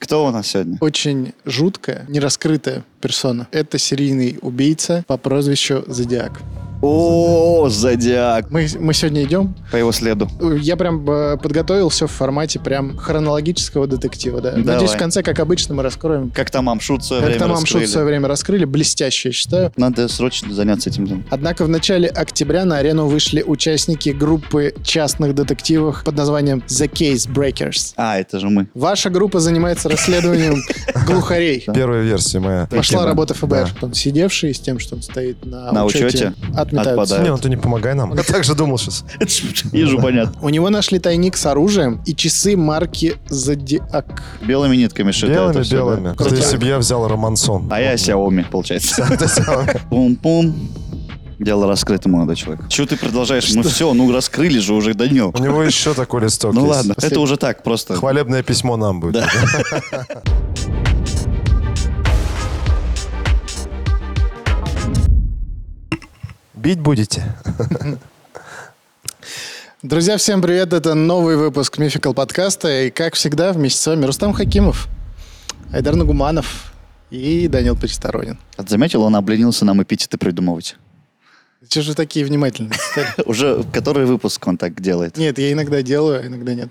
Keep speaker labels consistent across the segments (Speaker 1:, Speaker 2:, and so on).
Speaker 1: Кто у нас сегодня?
Speaker 2: Очень жуткая, нераскрытая персона. Это серийный убийца по прозвищу Зодиак.
Speaker 1: О, Зодиак.
Speaker 2: Мы, мы сегодня идем.
Speaker 1: По его следу.
Speaker 2: Я прям э, подготовил все в формате прям хронологического детектива. Да.
Speaker 1: Давай.
Speaker 2: Надеюсь, в конце, как обычно, мы раскроем.
Speaker 1: Как там Амшут в свое
Speaker 2: Как
Speaker 1: время
Speaker 2: там Амшут в
Speaker 1: раскрыли.
Speaker 2: свое время раскрыли, блестяще, я считаю.
Speaker 1: Надо срочно заняться этим делом.
Speaker 2: Однако в начале октября на арену вышли участники группы частных детективов под названием The Case Breakers.
Speaker 1: А, это же мы.
Speaker 2: Ваша группа занимается расследованием глухарей.
Speaker 3: Первая версия моя.
Speaker 2: Пошла
Speaker 1: Тема.
Speaker 2: работа ФБР.
Speaker 3: Да.
Speaker 2: Он сидевший с тем, что он стоит на,
Speaker 1: На
Speaker 2: учете,
Speaker 1: учете
Speaker 2: отметаются.
Speaker 1: отпадает.
Speaker 3: Не, ну ты не помогай нам. Я так же думал сейчас.
Speaker 1: Ежу понятно.
Speaker 2: У него нашли тайник с оружием и часы марки Зодиак.
Speaker 1: Белыми нитками шито это всё, да?
Speaker 3: Белыми-белыми. То есть, если бы я взял Романсон.
Speaker 1: А я Xiaomi, получается.
Speaker 3: То есть, а,
Speaker 1: Пум-пум. Дело раскрыто, молодой человек. Чего ты продолжаешь? Ну все, ну раскрыли же уже до
Speaker 2: Ну,
Speaker 3: У него еще такой листок
Speaker 1: Ну
Speaker 3: есть.
Speaker 1: ладно, это уже так просто.
Speaker 3: Хвалебное письмо нам будет. Бить будете?
Speaker 2: Друзья, всем привет. Это новый выпуск Мификал подкаста. И, как всегда, вместе с вами Рустам Хакимов, Айдар Нагуманов и Данил Пересторонин.
Speaker 1: Вот А Заметил, он обленился нам эпитеты придумывать.
Speaker 2: Че же вы такие внимательные? стали?
Speaker 1: Уже который выпуск он так делает.
Speaker 2: Нет, я иногда делаю, а иногда нет.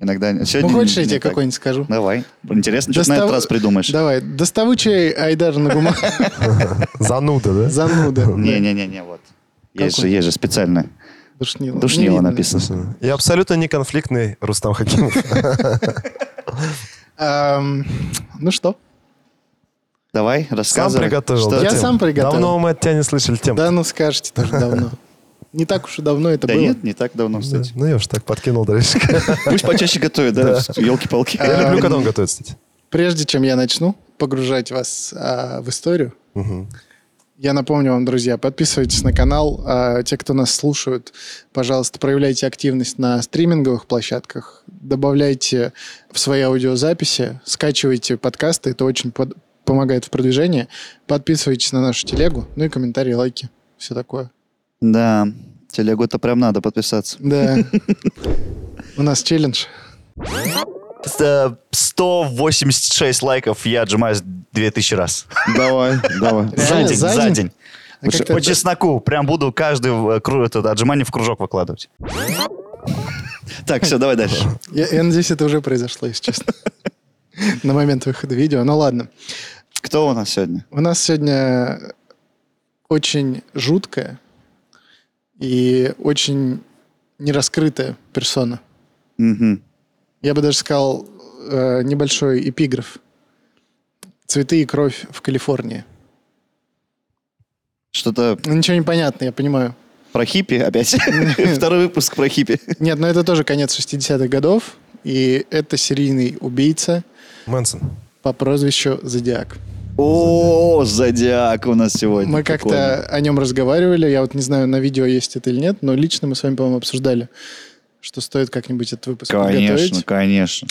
Speaker 1: Иногда...
Speaker 2: Ну,
Speaker 1: Сегодня
Speaker 2: хочешь,
Speaker 1: не-
Speaker 2: я
Speaker 1: не
Speaker 2: тебе
Speaker 1: так.
Speaker 2: какой-нибудь скажу?
Speaker 1: Давай. Интересно, что ты на
Speaker 2: Достав-
Speaker 1: этот раз придумаешь.
Speaker 2: Давай, доставучий Айдар Нагуманов.
Speaker 3: Зануда, да?
Speaker 2: Зануда.
Speaker 1: Не-не-не, вот. Есть
Speaker 2: Какой?
Speaker 1: же, есть же специально.
Speaker 2: Душнило.
Speaker 1: Душнило
Speaker 2: Ну, видно.
Speaker 1: написано.
Speaker 3: И абсолютно не конфликтный Рустам Хакимов.
Speaker 2: Ам, Ну что?
Speaker 1: Давай,
Speaker 3: Сам
Speaker 1: рассказывай.
Speaker 3: приготовил,
Speaker 1: Что
Speaker 3: да,
Speaker 2: Я
Speaker 1: ты-
Speaker 3: тему?
Speaker 2: сам приготовил.
Speaker 3: Давно мы от тебя не слышали тем.
Speaker 2: Да, ну скажете тоже давно. Не так уж и давно это
Speaker 1: Да
Speaker 2: было.
Speaker 1: нет, не так давно, кстати.
Speaker 3: Ну я уж так подкинул дальше.
Speaker 1: Пусть почаще готовят, да? Елки-палки.
Speaker 2: А,
Speaker 3: Я люблю, когда он готовит, кстати.
Speaker 2: Прежде чем я начну погружать вас а, в историю, я напомню вам, друзья, подписывайтесь на канал. А, те, кто нас слушают, пожалуйста, проявляйте активность на стриминговых площадках, добавляйте в свои аудиозаписи, скачивайте подкасты, это очень под- помогает в продвижении. Подписывайтесь на нашу телегу, ну и комментарии, лайки, все такое.
Speaker 1: Да, телегу-то прям надо подписаться.
Speaker 2: Да. У нас челлендж.
Speaker 4: 186 лайков, я отжимаюсь 2000 раз.
Speaker 1: Давай, давай.
Speaker 4: За
Speaker 2: Реально,
Speaker 4: день,
Speaker 2: за
Speaker 4: за
Speaker 2: день?
Speaker 4: день.
Speaker 2: А как ты
Speaker 4: По
Speaker 2: отда-
Speaker 4: чесноку, прям буду каждый э, кру- этот отжимание в кружок выкладывать.
Speaker 1: Так, все, давай дальше.
Speaker 2: Я, я надеюсь, это уже произошло, если честно. На момент выхода видео. Ну ладно.
Speaker 1: Кто у нас сегодня?
Speaker 2: У нас сегодня очень жуткая и очень нераскрытая персона.
Speaker 1: Мгм.
Speaker 2: Я бы даже сказал э, небольшой эпиграф. «Цветы и кровь в Калифорнии».
Speaker 1: Что-то
Speaker 2: Ну, Ничего не понятно, я понимаю.
Speaker 1: про хиппи опять. Второй выпуск про хиппи.
Speaker 2: Нет, но это тоже конец 60-х годов, и это серийный убийца
Speaker 3: Мэнсон.
Speaker 2: по прозвищу Зодиак.
Speaker 1: О, зодиак у нас сегодня.
Speaker 2: Мы
Speaker 1: Прикольно.
Speaker 2: как-то о нем разговаривали. Я вот не знаю, на видео есть это или нет, но лично мы с вами, по-моему, обсуждали, что стоит как-нибудь этот выпуск
Speaker 1: Конечно,
Speaker 2: подготовить.
Speaker 1: конечно.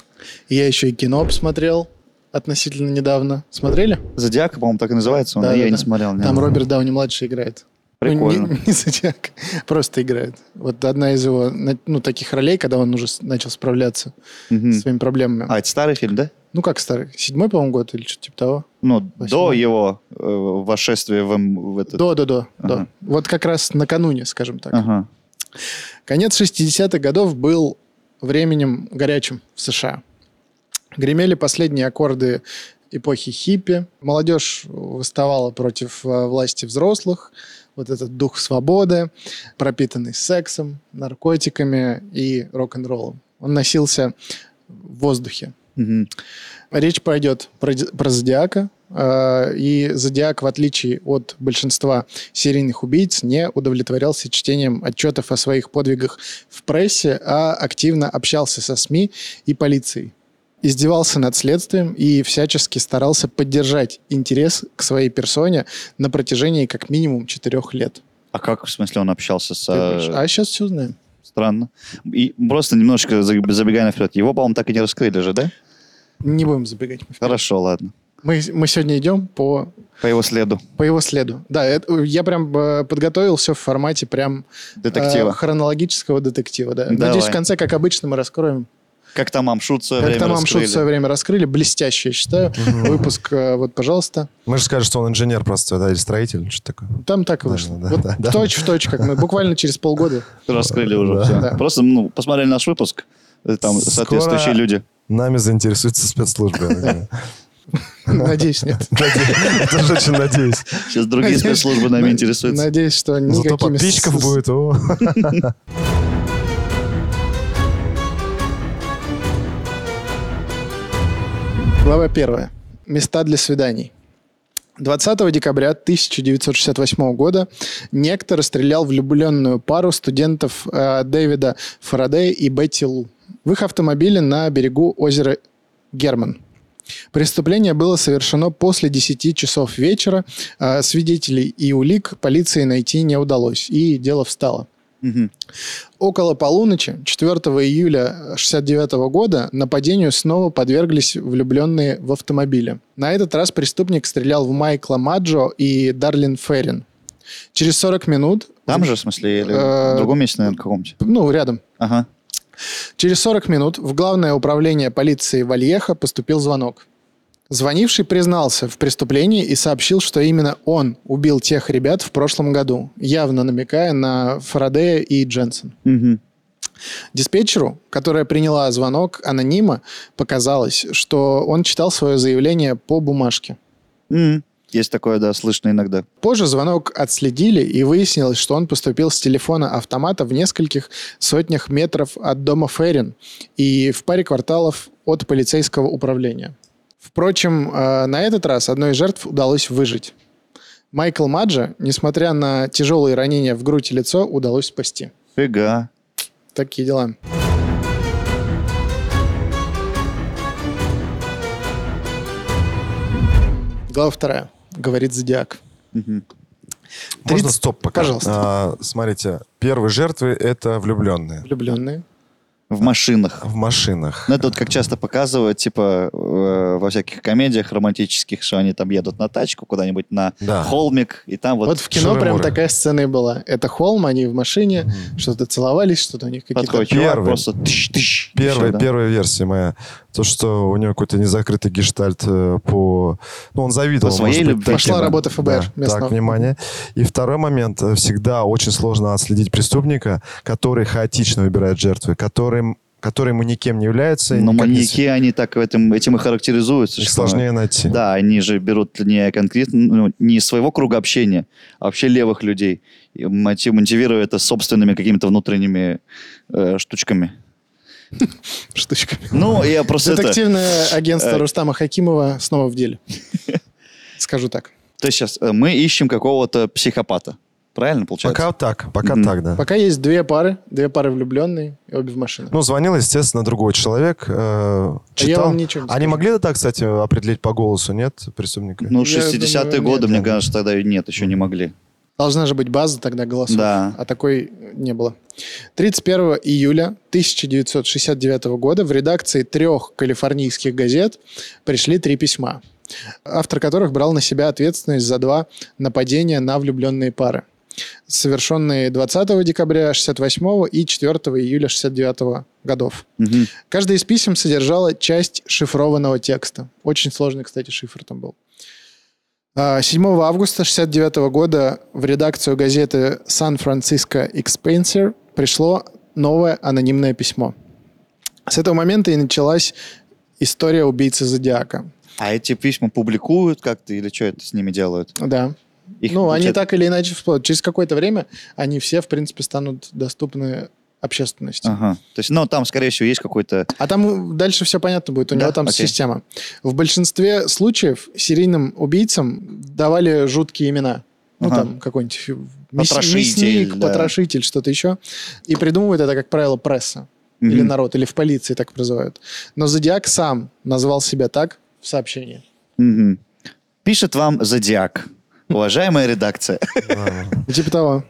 Speaker 2: И Я еще и кино посмотрел относительно недавно. Смотрели?
Speaker 1: Зодиак, по-моему, так и называется. он, а
Speaker 2: Да,
Speaker 1: Я
Speaker 2: да,
Speaker 1: не
Speaker 2: да.
Speaker 1: смотрел. не
Speaker 2: Там
Speaker 1: знаю.
Speaker 2: Роберт Дауни-младший играет. Ну, не-
Speaker 1: Прикольно.
Speaker 2: не, зодиак, просто играет. Вот одна из его на- ну, таких ролей, когда он уже с- начал справляться
Speaker 1: Мгм.
Speaker 2: со своими проблемами.
Speaker 1: А, это старый фильм, да?
Speaker 2: Ну, как старый? Седьмой, по-моему, год или что-то типа того?
Speaker 1: Ну, до
Speaker 2: Восьмой.
Speaker 1: его э, вошествия в, М- в этот...
Speaker 2: Да, да, да. да.
Speaker 1: Ага.
Speaker 2: Вот как раз накануне, скажем так.
Speaker 1: Ага.
Speaker 2: Конец 60-х годов был временем горячим в США. Гремели последние аккорды эпохи хиппи. Молодежь восставала против э, власти взрослых. Вот этот дух свободы, пропитанный сексом, наркотиками и рок-н-роллом. Он носился в воздухе.
Speaker 1: Мгм.
Speaker 2: Речь пойдет про, ди- про зодиака. э, И зодиак, в отличие от большинства серийных убийц, не удовлетворялся чтением отчетов о своих подвигах в прессе, а активно общался со СМИ и полицией. Издевался над следствием и всячески старался поддержать интерес к своей персоне на протяжении как минимум четырех лет.
Speaker 1: А как, в смысле, он общался с...
Speaker 2: Ты
Speaker 1: э,
Speaker 2: понимаешь? А сейчас все узнаем.
Speaker 1: Странно. И просто немножко за- забегая наперед. Его, по-моему, так и не раскрыли же, да?
Speaker 2: Не будем забегать. мы вперед.
Speaker 1: Хорошо, ладно.
Speaker 2: Мы, мы сегодня идем по
Speaker 1: По его следу.
Speaker 2: По его следу. Да, это- я прям э, подготовил все в формате прям э,
Speaker 1: Детектива.
Speaker 2: хронологического детектива. Да.
Speaker 1: Давай.
Speaker 2: Надеюсь, в конце, как обычно, мы раскроем
Speaker 1: Как там Амшут в свое
Speaker 2: Как
Speaker 1: время
Speaker 2: там Амшут в
Speaker 1: раскрыли.
Speaker 2: свое время раскрыли, блестяще, я считаю. Выпуск, э, вот, пожалуйста.
Speaker 3: Мы же скажем, что он инженер просто, да, или строитель, что такое.
Speaker 2: Там так и
Speaker 3: Да,
Speaker 2: вышло.
Speaker 3: да,
Speaker 2: Вот
Speaker 3: да, да.
Speaker 2: в точь в точь, как мы. Буквально через полгода.
Speaker 1: Раскрыли уже.
Speaker 3: Да.
Speaker 1: всё.
Speaker 2: Да.
Speaker 1: Просто ну, посмотрели наш выпуск, э, там
Speaker 3: Скоро-
Speaker 1: соответствующие люди.
Speaker 3: Нами заинтересуются спецслужбы. я думаю.
Speaker 2: Надеюсь, нет.
Speaker 3: Надеюсь, Тоже очень надеюсь.
Speaker 1: Сейчас другие спецслужбы нами
Speaker 2: Над-
Speaker 1: интересуются.
Speaker 2: Надеюсь, что никакими...
Speaker 3: Зато подписчиков
Speaker 2: с-
Speaker 3: будет. о.
Speaker 2: Глава первая. Места для свиданий. 20 декабря 1968 года некто расстрелял влюбленную пару студентов э, Дэвида Фарадея и Бетти Лу в их автомобиле на берегу озера Герман. Преступление было совершено после 10 часов вечера. э, свидетелей и улик полиции найти не удалось, и дело встало.
Speaker 1: Мгм.
Speaker 2: Около полуночи 4 июля 1969 года нападению снова подверглись влюбленные в автомобиле. На этот раз преступник стрелял в Майкла Маджо и Дарлин Феррин. Через 40 минут...
Speaker 1: Там же, в смысле, или
Speaker 2: Э,
Speaker 1: в другом месте, наверное, каком-нибудь.
Speaker 2: Ну, рядом.
Speaker 1: Ага.
Speaker 2: Через 40 минут в главное управление полиции Вальеха поступил звонок. Звонивший признался в преступлении и сообщил, что именно он убил тех ребят в прошлом году, явно намекая на Фарадея и Дженсен.
Speaker 1: Мгм.
Speaker 2: Диспетчеру, которая приняла звонок анонима, показалось, что он читал свое заявление по бумажке.
Speaker 1: Мгм. Есть такое, да, слышно иногда.
Speaker 2: Позже звонок отследили и выяснилось, что он поступил с телефона автомата в нескольких сотнях метров от дома Феррин и в паре кварталов от полицейского управления. Впрочем, э, на этот раз одной из жертв удалось выжить. Майкл Маджа, несмотря на тяжелые ранения в грудь и лицо, удалось спасти.
Speaker 1: Фига.
Speaker 2: Такие дела. Глава вторая. Говорит Зодиак.
Speaker 1: Мгм.
Speaker 3: Можно
Speaker 2: 30?
Speaker 3: стоп пока?
Speaker 2: Пожалуйста.
Speaker 3: А, Смотрите, первые жертвы — это влюбленные
Speaker 2: Влюбленные.
Speaker 1: В машинах.
Speaker 3: в машинах.
Speaker 1: Ну, это вот как часто показывают, типа, э, во всяких комедиях романтических, что они там едут на тачку куда-нибудь на
Speaker 3: Да.
Speaker 1: холмик, и там
Speaker 2: Вот,
Speaker 1: вот,
Speaker 2: в кино прям
Speaker 3: шары-муры.
Speaker 2: такая сцена и была. Это холм, они в машине, что-то целовались, что-то у них какие-то...
Speaker 1: подходит чувак,
Speaker 3: первый.
Speaker 1: просто тыщ-тыщ. и
Speaker 3: Первая,
Speaker 1: всё, да.
Speaker 3: первая версия моя. То, что у него какой-то незакрытый гештальт э, по... Ну, он завидовал.
Speaker 1: По своей
Speaker 3: может быть,
Speaker 1: любви.
Speaker 3: таким.
Speaker 2: Пошла работа ФБР
Speaker 3: Да.
Speaker 2: местного.
Speaker 3: Так, внимание. И второй момент. Э, Всегда очень сложно отследить преступника, который хаотично выбирает жертвы, который, м- который ему никем не является. и
Speaker 1: Но
Speaker 3: никак не
Speaker 1: маньяки, они так в этом, этим и характеризуются.
Speaker 3: с- Их
Speaker 1: что-
Speaker 3: сложнее найти.
Speaker 1: Да, они же берут не конкретно, ну, не из своего круга общения, а вообще левых людей, и мотив- мотивируя это собственными какими-то внутренними э, штучками.
Speaker 2: Штучка.
Speaker 1: Ну, я просто это...
Speaker 2: Детективное агентство
Speaker 1: э,
Speaker 2: Рустама Хакимова снова в деле. Скажу так.
Speaker 1: То есть сейчас э, мы ищем какого-то психопата. Правильно получается?
Speaker 3: Пока так, пока
Speaker 1: Мгм.
Speaker 3: так, да.
Speaker 2: Пока есть две пары, две пары влюбленные и обе в машинах.
Speaker 3: Ну, звонил, естественно, другой человек.
Speaker 1: А
Speaker 3: э, читал.
Speaker 2: А я вам ничего не
Speaker 3: Они
Speaker 2: скажу.
Speaker 3: могли да так, кстати, определить по голосу, нет, преступника?
Speaker 1: Ну,
Speaker 2: Я
Speaker 1: 60-е
Speaker 2: думаю,
Speaker 1: годы,
Speaker 2: нет,
Speaker 1: мне
Speaker 3: да.
Speaker 1: кажется, тогда и нет, еще не могли.
Speaker 2: Должна же быть база тогда голосов.
Speaker 1: Да.
Speaker 2: А такой не было. 31 июля 1969 года в редакции трех калифорнийских газет пришли три письма, автор которых брал на себя ответственность за два нападения на влюбленные пары, совершенные 20 декабря 68 и 4 июля 69 годов.
Speaker 1: Мгм.
Speaker 2: Каждое из писем содержало часть шифрованного текста. Очень сложный, кстати, шифр там был. А, 7 августа 1969 года в редакцию газеты San Francisco Expenser пришло новое анонимное письмо. С этого момента и началась история убийцы Зодиака.
Speaker 1: А эти письма публикуют как-то или что это с ними делают?
Speaker 2: Да.
Speaker 1: Их
Speaker 2: ну, они
Speaker 1: получают-
Speaker 2: так или иначе всплывут. Через какое-то время они все, в принципе, станут доступны общественности.
Speaker 1: Ага. То есть, ну, там, скорее всего, есть какой-то...
Speaker 2: А там дальше все понятно будет, у
Speaker 1: Да?
Speaker 2: него там
Speaker 1: Окей.
Speaker 2: система. В большинстве случаев серийным убийцам давали жуткие имена. Ну,
Speaker 1: Ага.
Speaker 2: там какой-нибудь мяс-
Speaker 1: Потрошитель,
Speaker 2: мясник,
Speaker 1: да.
Speaker 2: потрошитель, что-то еще. И придумывают это, как правило, пресса или
Speaker 1: Мгм.
Speaker 2: народ, или в полиции так призывают. Но Зодиак сам назвал себя так в сообщении.
Speaker 1: Мгм. Пишет вам Зодиак. Уважаемая редакция.
Speaker 2: Ну, Типа того.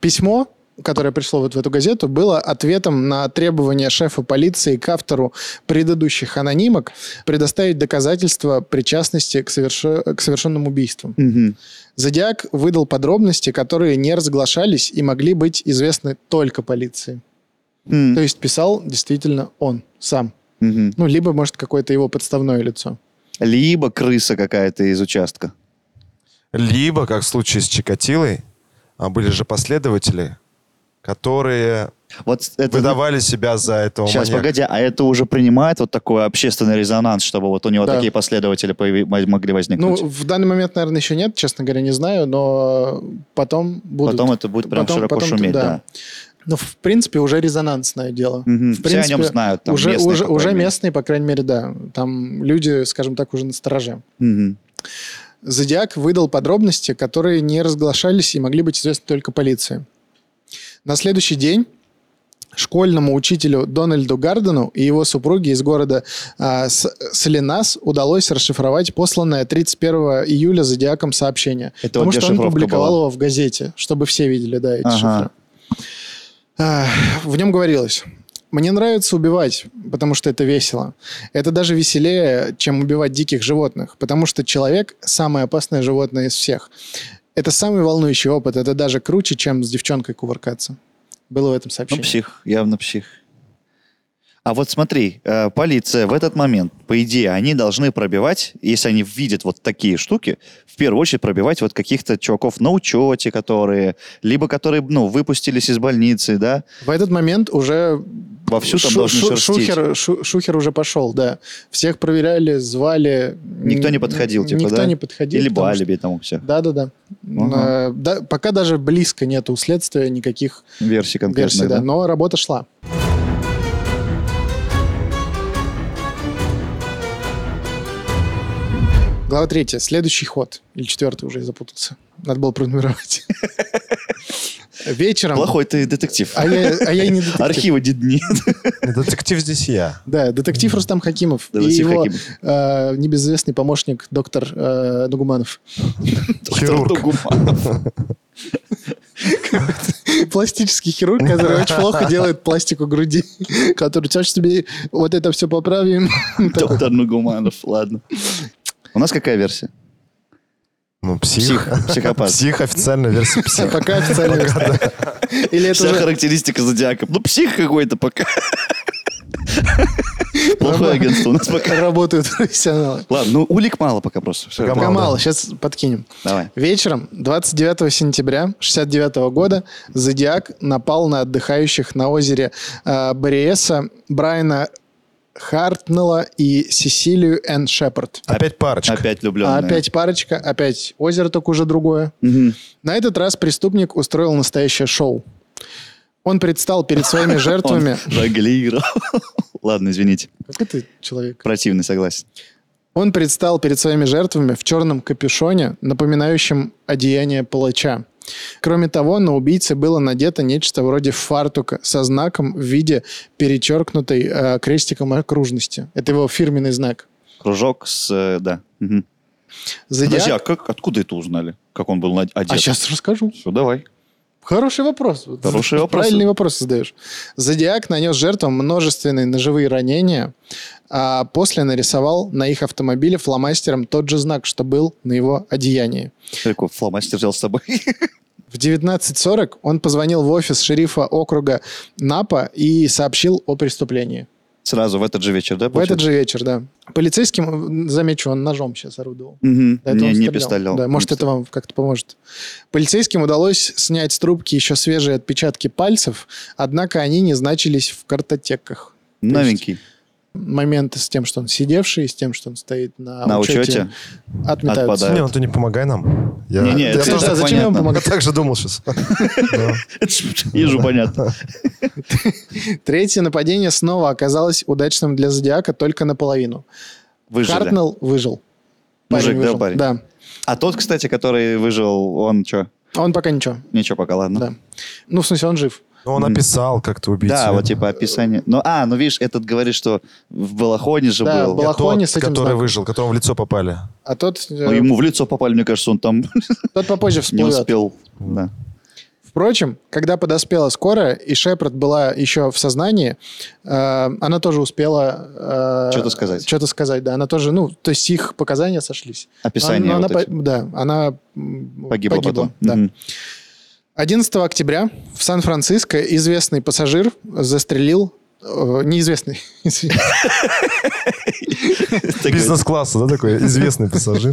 Speaker 2: Письмо, которое пришло вот в эту газету, было ответом на требование шефа полиции к автору предыдущих анонимок предоставить доказательства причастности к, соверш- к совершенным убийствам.
Speaker 1: Мгм.
Speaker 2: Зодиак выдал подробности, которые не разглашались и могли быть известны только полиции.
Speaker 1: М.
Speaker 2: То есть писал действительно он сам.
Speaker 1: Мгм.
Speaker 2: Ну, либо, может, какое-то его подставное лицо.
Speaker 1: Либо крыса какая-то из участка.
Speaker 3: Либо, как в случае с Чикатилой, а были же последователи, которые
Speaker 1: Вот это...
Speaker 3: выдавали себя за этого
Speaker 1: Сейчас,
Speaker 3: маньяка.
Speaker 1: погоди, а это уже принимает вот такой общественный резонанс, чтобы вот у него
Speaker 2: Да.
Speaker 1: такие последователи появи- могли
Speaker 2: Ну,
Speaker 1: возникнуть?
Speaker 2: в данный момент, наверное, еще нет, честно говоря, не знаю, но потом будут.
Speaker 1: Потом это будет прям
Speaker 2: Потом-
Speaker 1: широко
Speaker 2: потом-
Speaker 1: шуметь, да.
Speaker 2: Ну, в принципе, уже резонансное дело.
Speaker 1: Мгм.
Speaker 2: В
Speaker 1: Все о нем
Speaker 2: принципе,
Speaker 1: знают. Там,
Speaker 2: уже,
Speaker 1: местные,
Speaker 2: уже,
Speaker 1: по крайней
Speaker 2: уже
Speaker 1: мере.
Speaker 2: местные, по крайней мере, да. Там люди, скажем так, уже на стороже.
Speaker 1: Мгм.
Speaker 2: Зодиак выдал подробности, которые не разглашались и могли быть известны только полиции. На следующий день школьному учителю Дональду Гардену и его супруге из города а, С- Салинас удалось расшифровать посланное 31 июля Зодиаком сообщение.
Speaker 1: Это
Speaker 2: потому
Speaker 1: вот где
Speaker 2: что он
Speaker 1: шифровка
Speaker 2: публиковал
Speaker 1: была?
Speaker 2: его в газете, чтобы все видели, да, эти
Speaker 1: Ага.
Speaker 2: шифры. А, в нем говорилось... Мне нравится убивать, потому что это весело. Это даже веселее, чем убивать диких животных, потому что человек – самое опасное животное из всех. Это самый волнующий опыт, это даже круче, чем с девчонкой кувыркаться. Было в
Speaker 1: Ну,
Speaker 2: этом сообщении.
Speaker 1: псих, явно псих. А вот смотри, э, полиция в этот момент, по идее, они должны пробивать, если они видят вот такие штуки, в первую очередь пробивать вот каких-то чуваков на учете, которые, либо которые, ну, выпустились из больницы, да,
Speaker 2: в этот момент уже
Speaker 1: вовсю там
Speaker 2: шу-
Speaker 1: должны
Speaker 2: шу-
Speaker 1: шерстить.
Speaker 2: шухер, шу- шухер уже пошел, да. Всех проверяли, звали.
Speaker 1: Никто не подходил, типа,
Speaker 2: Никто
Speaker 1: да?
Speaker 2: не подходил.
Speaker 1: Или
Speaker 2: потому что-
Speaker 1: алиби там у всех.
Speaker 2: Да-да-да.
Speaker 1: Ага.
Speaker 2: Э, да, Пока даже близко нет у следствия никаких
Speaker 1: Версии конкретных,
Speaker 2: версий, да,
Speaker 1: да?
Speaker 2: Ну, но работа шла. Глава третья. Следующий ход. Или четвертый уже я запутался. Надо было пронумеровать. Вечером...
Speaker 1: Плохой ты детектив.
Speaker 2: А я, а я и не детектив.
Speaker 1: Архива дед- нет.
Speaker 3: Ну, Детектив здесь я.
Speaker 2: Да, детектив Рустам Хакимов и
Speaker 1: Детектив
Speaker 2: его
Speaker 1: Хакимов.
Speaker 2: э, небезызвестный помощник доктор э, Нугуманов.
Speaker 1: Доктор
Speaker 3: Хирург.
Speaker 1: Дугуманов.
Speaker 2: Пластический хирург, который очень плохо делает пластику груди, который сейчас тебе вот это все поправим.
Speaker 1: Доктор Нугуманов, ну ладно. У нас какая версия?
Speaker 3: Ну, псих.
Speaker 1: Псих, психопат.
Speaker 3: Псих, официальная версия психа.
Speaker 2: Пока официально. Или это
Speaker 1: Вся
Speaker 2: уже
Speaker 1: характеристика зодиака. Ну, псих какой-то пока. Плохое
Speaker 2: Нормально.
Speaker 1: агентство у нас пока.
Speaker 2: работают профессионалы.
Speaker 1: Ладно, ну улик мало пока просто. Всё,
Speaker 3: Пока
Speaker 2: Пока
Speaker 3: Мало, да.
Speaker 2: мало, сейчас подкинем.
Speaker 1: Давай.
Speaker 2: Вечером 29 сентября 69 года Зодиак напал на отдыхающих на озере э, Бориеса Брайана Хартнелла и Сесилию Энн Шепард.
Speaker 3: Опять парочка.
Speaker 1: Опять
Speaker 2: А
Speaker 1: влюбленные.
Speaker 2: опять парочка, опять озеро, только уже другое.
Speaker 1: Мгм.
Speaker 2: На этот раз преступник устроил настоящее шоу. Он предстал перед своими жертвами...
Speaker 1: Он жонглировал. Ладно, извините.
Speaker 2: Какой ты человек?
Speaker 1: Противный, согласен.
Speaker 2: Он предстал перед своими жертвами в черном капюшоне, напоминающем одеяние палача. Кроме того, на убийце было надето нечто вроде фартука со знаком в виде перечеркнутой э, крестиком окружности. Это его фирменный знак.
Speaker 1: Кружок с... э, Да. Мгм.
Speaker 2: Зодиак...
Speaker 1: Подожди, а как- откуда это узнали? Как он был на-
Speaker 2: А
Speaker 1: одет?
Speaker 2: сейчас расскажу.
Speaker 1: Все, давай.
Speaker 2: Хороший вопрос. Вот
Speaker 1: Хороший вопрос.
Speaker 2: Правильный вопрос задаешь. Зодиак нанес жертвам множественные ножевые ранения, а после нарисовал на их автомобиле фломастером тот же знак, что был на его одеянии.
Speaker 1: Такой фломастер взял с собой.
Speaker 2: В 19.40 он позвонил в офис шерифа округа Напа и сообщил о преступлении.
Speaker 1: Сразу в этот же вечер, да?
Speaker 2: В этот же вечер, да. Полицейским, замечу, он ножом сейчас орудовал.
Speaker 1: Мгм.
Speaker 2: До этого
Speaker 1: Не,
Speaker 2: он
Speaker 1: не
Speaker 2: стрелял.
Speaker 1: пистолет.
Speaker 2: Да, может, это вам как-то поможет. Полицейским удалось снять с трубки еще свежие отпечатки пальцев, однако они не значились в картотеках.
Speaker 1: Новенький.
Speaker 2: Моменты с тем, что он сидевший, с тем, что он стоит на,
Speaker 1: На
Speaker 2: учете,
Speaker 1: учете?
Speaker 2: отметаются.
Speaker 1: отпадают.
Speaker 3: Не, ну ты не помогай нам. Я,
Speaker 1: Не-не,
Speaker 3: я
Speaker 1: это
Speaker 2: Кстати,
Speaker 1: тоже
Speaker 2: да,
Speaker 1: так
Speaker 2: зачем я вам
Speaker 1: понятно.
Speaker 2: помогаю?
Speaker 3: я так же думал сейчас. Да.
Speaker 1: Ежу понятно.
Speaker 2: Третье нападение снова оказалось удачным для Зодиака только наполовину.
Speaker 1: Выжили.
Speaker 2: Хартнелл выжил.
Speaker 1: Мужик, да, парень?
Speaker 2: Да.
Speaker 1: А тот, кстати, который выжил, он что?
Speaker 2: Он пока ничего.
Speaker 1: Ничего пока, ладно.
Speaker 2: Да. Ну, в смысле, он жив.
Speaker 3: Ну, он
Speaker 1: Мгм.
Speaker 3: описал как-то убийцу.
Speaker 1: Да, вот типа описание. Ну, а, ну видишь, этот говорит, что в Балахоне же
Speaker 2: Да,
Speaker 1: был.
Speaker 2: в Бала-
Speaker 3: Я
Speaker 2: Балахоне
Speaker 3: тот,
Speaker 2: с этим
Speaker 3: который
Speaker 2: знаком.
Speaker 3: выжил, которому в лицо попали.
Speaker 2: А тот, э,
Speaker 1: Ну, ему в лицо попали, мне кажется, он там
Speaker 2: тот попозже
Speaker 1: не
Speaker 2: всплывет.
Speaker 1: успел. Да.
Speaker 2: Впрочем, когда подоспела скорая, и Шепард была еще в сознании, э, она тоже успела... э,
Speaker 1: Чё-то сказать.
Speaker 2: Чё-то сказать, да. Она тоже, ну, то есть их показания сошлись.
Speaker 1: Описание
Speaker 2: Ну, Она-
Speaker 1: вот
Speaker 2: она
Speaker 1: эти.
Speaker 2: по- Да, она м,
Speaker 1: Погибло потом.
Speaker 2: Да.
Speaker 1: Мгм.
Speaker 2: 11 октября в Сан-Франциско известный пассажир застрелил э, Э, Неизвестный. извини.
Speaker 3: Бизнес-класса, да, такой известный пассажир.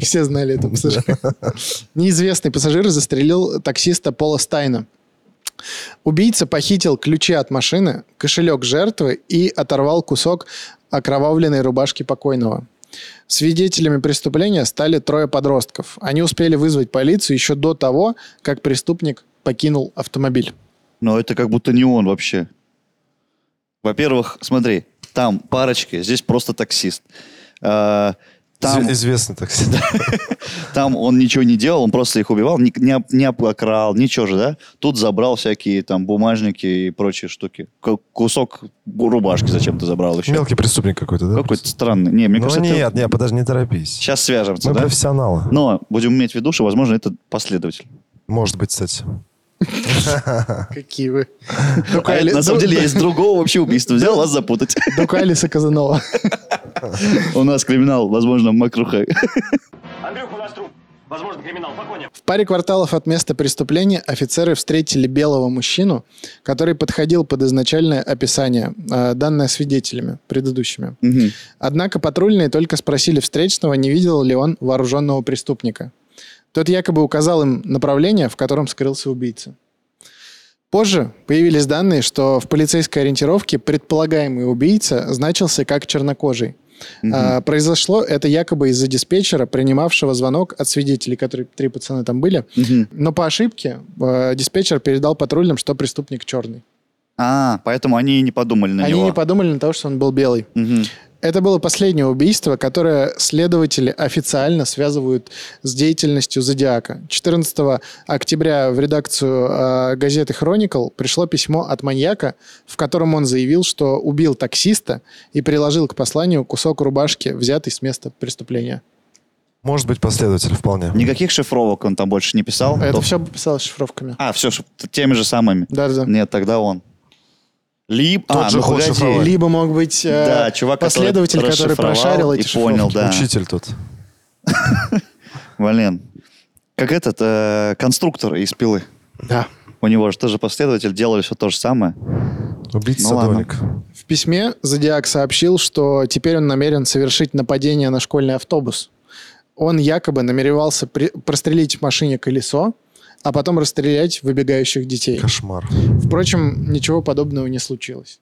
Speaker 2: Все знали этого пассажира. Неизвестный пассажир застрелил таксиста Пола Стайна. Убийца похитил ключи от машины, кошелек жертвы и оторвал кусок окровавленной рубашки покойного. Свидетелями преступления стали трое подростков. Они успели вызвать полицию еще до того, как преступник покинул автомобиль.
Speaker 1: Но ну, это как будто не он вообще. Во-первых, смотри, там парочки, здесь просто таксист. А, Там,
Speaker 3: Изв- Известный таксист.
Speaker 1: там он ничего не делал, он просто их убивал, ни- не, об- не обокрал, ничего же, да? Тут забрал всякие там бумажники и прочие штуки. Ку- кусок рубашки зачем-то забрал еще.
Speaker 3: Мелкий преступник какой-то, да?
Speaker 1: Какой-то странный. Не, мне
Speaker 3: Ну
Speaker 1: кажется,
Speaker 3: нет, нет, подожди, не торопись.
Speaker 1: сейчас свяжемся,
Speaker 3: Мы
Speaker 1: да? Ну,
Speaker 3: профессионалы.
Speaker 1: Но будем иметь в виду, что, возможно, это последователь.
Speaker 3: Может быть, кстати.
Speaker 2: Какие вы.
Speaker 1: А это, на самом деле, я из другого вообще убийства взял вас запутать.
Speaker 2: Дукалиса Казанова.
Speaker 1: У нас криминал, возможно, макруха.
Speaker 5: Андрюх, у нас труп. Возможно, криминал. Погоня.
Speaker 2: В паре кварталов от места преступления офицеры встретили белого мужчину, который подходил под изначальное описание, э, данное свидетелями предыдущими.
Speaker 1: Мгм.
Speaker 2: Однако патрульные только спросили встречного, не видел ли он вооруженного преступника. Тот якобы указал им направление, в котором скрылся убийца. Позже появились данные, что в полицейской ориентировке предполагаемый убийца значился как чернокожий. А, произошло это якобы из-за диспетчера, принимавшего звонок от свидетелей, которые три пацана там были.
Speaker 1: Мгм.
Speaker 2: Но по ошибке э, диспетчер передал патрульным, что преступник черный.
Speaker 1: А, поэтому они и не подумали на
Speaker 2: Они
Speaker 1: него.
Speaker 2: не подумали на то, что он был белый.
Speaker 1: Мгм.
Speaker 2: Это было последнее убийство, которое следователи официально связывают с деятельностью «Зодиака». 14 октября в редакцию э, газеты «Хроникл» пришло письмо от маньяка, в котором он заявил, что убил таксиста и приложил к посланию кусок рубашки, взятый с места преступления.
Speaker 3: Может быть, последователь вполне.
Speaker 1: Никаких шифровок он там больше не писал.
Speaker 2: Это
Speaker 1: То-
Speaker 2: все писалось шифровками.
Speaker 1: А, все, теми же самыми.
Speaker 2: Да-да-да.
Speaker 1: Нет, тогда он. Либо...
Speaker 3: Тот
Speaker 1: а,
Speaker 3: же
Speaker 1: ну
Speaker 3: ход
Speaker 1: погоди.
Speaker 3: шифровой.
Speaker 2: Либо мог быть э,
Speaker 1: Да, чувак, который
Speaker 2: последователь, который,
Speaker 1: расшифровал
Speaker 2: прошарил
Speaker 1: и
Speaker 2: эти
Speaker 1: понял,
Speaker 2: шифровки.
Speaker 1: да.
Speaker 3: Учитель тут.
Speaker 1: Блин. Как этот э, конструктор из пилы.
Speaker 2: Да.
Speaker 1: У него же тоже последователь, делали все то же самое.
Speaker 3: Убийца
Speaker 1: Ну ладно.
Speaker 3: садовник.
Speaker 2: В письме Зодиак сообщил, что теперь он намерен совершить нападение на школьный автобус. Он якобы намеревался при- прострелить в машине колесо, а потом расстрелять выбегающих детей.
Speaker 3: Кошмар.
Speaker 2: Впрочем, ничего подобного не случилось.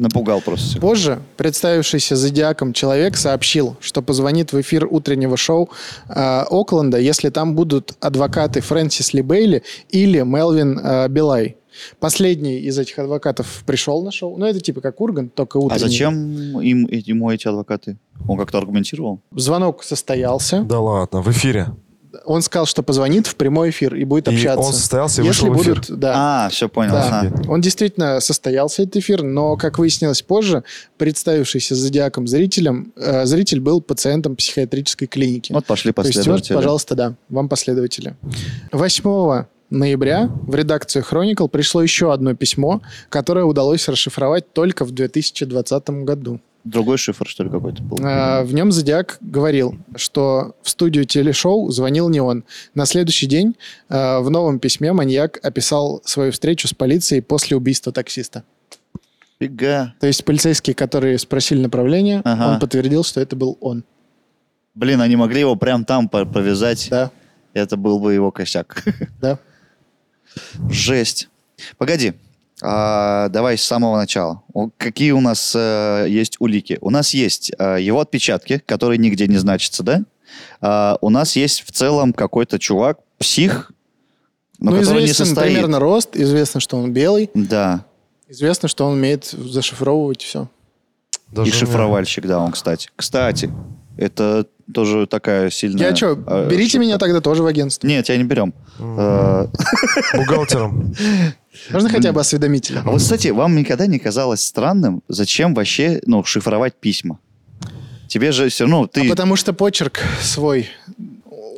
Speaker 1: Напугал просто всех.
Speaker 2: Позже представившийся зодиаком человек сообщил, что позвонит в эфир утреннего шоу э, Окленда, если там будут адвокаты Фрэнсис Ли Бейли или Мелвин э, Белай. Последний из этих адвокатов пришел на шоу. Ну, это типа как Урган, только
Speaker 1: А
Speaker 2: утренний.
Speaker 1: зачем им, ему эти адвокаты? Он как-то аргументировал?
Speaker 2: Звонок состоялся.
Speaker 3: Да ладно, в эфире.
Speaker 2: Он сказал, что позвонит в прямой эфир и будет
Speaker 3: И
Speaker 2: общаться.
Speaker 3: он состоялся и
Speaker 2: если
Speaker 3: вышел в эфир.
Speaker 2: будут, да.
Speaker 1: А, все понял.
Speaker 2: Да,
Speaker 1: ага.
Speaker 2: он действительно состоялся этот эфир, но, как выяснилось позже, представившийся зодиаком зрителем, э, зритель был пациентом психиатрической клиники.
Speaker 1: Вот пошли
Speaker 2: То есть, вот,
Speaker 1: последователи.
Speaker 2: пожалуйста, да, вам последователи. 8 ноября в редакцию Chronicle пришло еще одно письмо, которое удалось расшифровать только в 2020 году.
Speaker 1: Другой шифр, что ли, какой-то был?
Speaker 2: Э, В нем Зодиак говорил, что в студию телешоу звонил не он. На следующий день э, в новом письме маньяк описал свою встречу с полицией после убийства таксиста.
Speaker 1: Фига.
Speaker 2: То есть полицейские, которые спросили направление,
Speaker 1: Ага.
Speaker 2: он подтвердил, что это был он.
Speaker 1: Блин, они могли его прям там по- повязать.
Speaker 2: Да,
Speaker 1: Это был бы его косяк.
Speaker 2: да.
Speaker 1: Жесть. Погоди, а, давай с самого начала. О, Какие у нас э, есть улики? У нас есть э, его отпечатки, которые нигде не значатся, да? А, у нас есть в целом какой-то чувак, псих, но
Speaker 2: ну,
Speaker 1: который не
Speaker 2: известен
Speaker 1: состоит.
Speaker 2: примерно рост, известно, что он белый,
Speaker 1: Да,
Speaker 2: известно, что он умеет зашифровывать все.
Speaker 1: и
Speaker 3: Даже у меня-
Speaker 1: шифровальщик, да, он, кстати. Кстати, это тоже такая сильная...
Speaker 2: Я что,
Speaker 1: э,
Speaker 2: берите
Speaker 1: штука.
Speaker 2: меня тогда тоже в агентство.
Speaker 1: Нет, тебя не берем. Э,
Speaker 3: Бухгалтером.
Speaker 2: Можно хотя бы осведомителя?
Speaker 1: А вот, кстати, вам никогда не казалось странным, зачем вообще, ну, шифровать письма? Тебе же все равно, ты...
Speaker 2: А потому что почерк свой.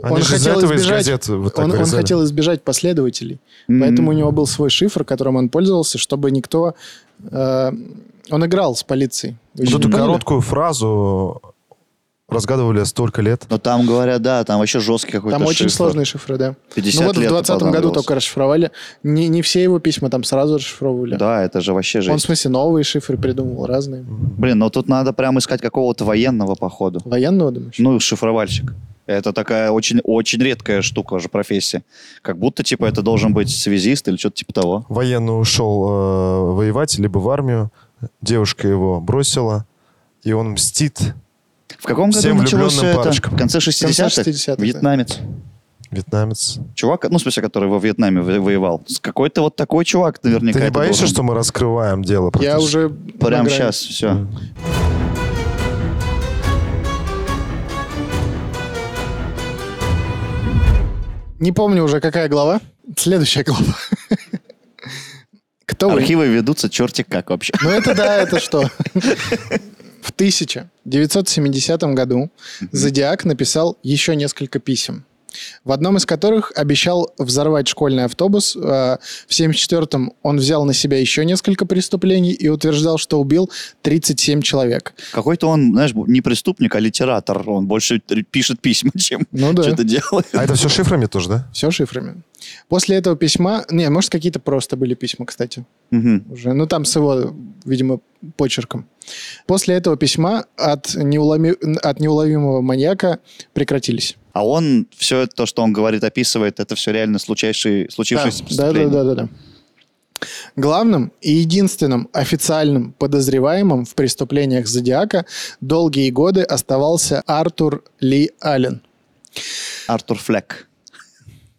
Speaker 3: Они же из-за этого из газет вот так
Speaker 2: он, он
Speaker 3: вырезали.
Speaker 2: хотел избежать последователей,
Speaker 1: М.
Speaker 2: поэтому у него был свой шифр, которым он пользовался, чтобы никто... э, он играл с полицией.
Speaker 1: Ну,
Speaker 2: Вы
Speaker 3: Вот
Speaker 2: ещё
Speaker 3: эту
Speaker 2: не поняли?
Speaker 3: короткую фразу разгадывали столько лет.
Speaker 1: Но там, говорят, да, там вообще жесткий какой-то
Speaker 2: Там очень
Speaker 1: шифр.
Speaker 2: сложные шифры, да.
Speaker 1: 50
Speaker 2: ну вот
Speaker 1: лет
Speaker 2: в 20 году
Speaker 1: понадобилось.
Speaker 2: только расшифровали. Не, не все его письма там сразу расшифровывали.
Speaker 1: Да, это же вообще
Speaker 2: Он, в
Speaker 1: жесть.
Speaker 2: смысле, новые шифры придумывал, разные.
Speaker 1: Блин, ну тут надо прям искать какого-то военного, походу.
Speaker 2: Военного, думаешь?
Speaker 1: Ну, шифровальщик. Это такая очень-очень редкая штука же, профессия. Как будто, типа, это должен быть связист или что-то типа того.
Speaker 3: Военный ушел э, воевать, либо в армию. Девушка его бросила, и он мстит
Speaker 1: В каком году
Speaker 3: Всем
Speaker 1: началось
Speaker 3: влюбленным
Speaker 1: это?
Speaker 3: парочкам.
Speaker 1: В конце 60-х?
Speaker 2: 60-х, да.
Speaker 1: Вьетнамец.
Speaker 3: вьетнамец.
Speaker 1: Чувак, ну, в смысле, который во Вьетнаме во- воевал. С- Какой-то вот такой чувак наверняка.
Speaker 3: Ты не
Speaker 1: это
Speaker 3: боишься,
Speaker 1: должен
Speaker 3: что мы раскрываем дело?
Speaker 2: Я
Speaker 3: практически?
Speaker 2: уже...
Speaker 1: быть. Прям
Speaker 2: на грани.
Speaker 1: сейчас, все.
Speaker 2: Не помню уже, какая глава. Следующая глава. Кто вы?
Speaker 1: Архивы ведутся чертик как вообще.
Speaker 2: Ну это да, это что? В 1970 году Зодиак написал еще несколько писем, в одном из которых обещал взорвать школьный автобус. Э, В 1974 он взял на себя еще несколько преступлений и утверждал, что убил 37 человек.
Speaker 1: Какой-то он, знаешь, не преступник, а литератор. Он больше р- пишет письма, чем
Speaker 2: Ну да.
Speaker 1: что-то делает.
Speaker 3: А это все шифрами тоже, да?
Speaker 2: Все шифрами. После этого письма... Не, может, какие-то просто были письма, кстати.
Speaker 1: Мгм.
Speaker 2: уже. Ну, там с его, видимо, почерком. После этого письма от, неуломи- от неуловимого маньяка прекратились.
Speaker 1: А он, все то, что он говорит, описывает, это все реально случайшие, случившиеся
Speaker 2: да, да,
Speaker 1: преступления.
Speaker 2: да, да, да. Главным и единственным официальным подозреваемым в преступлениях Зодиака долгие годы оставался Артур Ли Аллен.
Speaker 1: Артур Флек.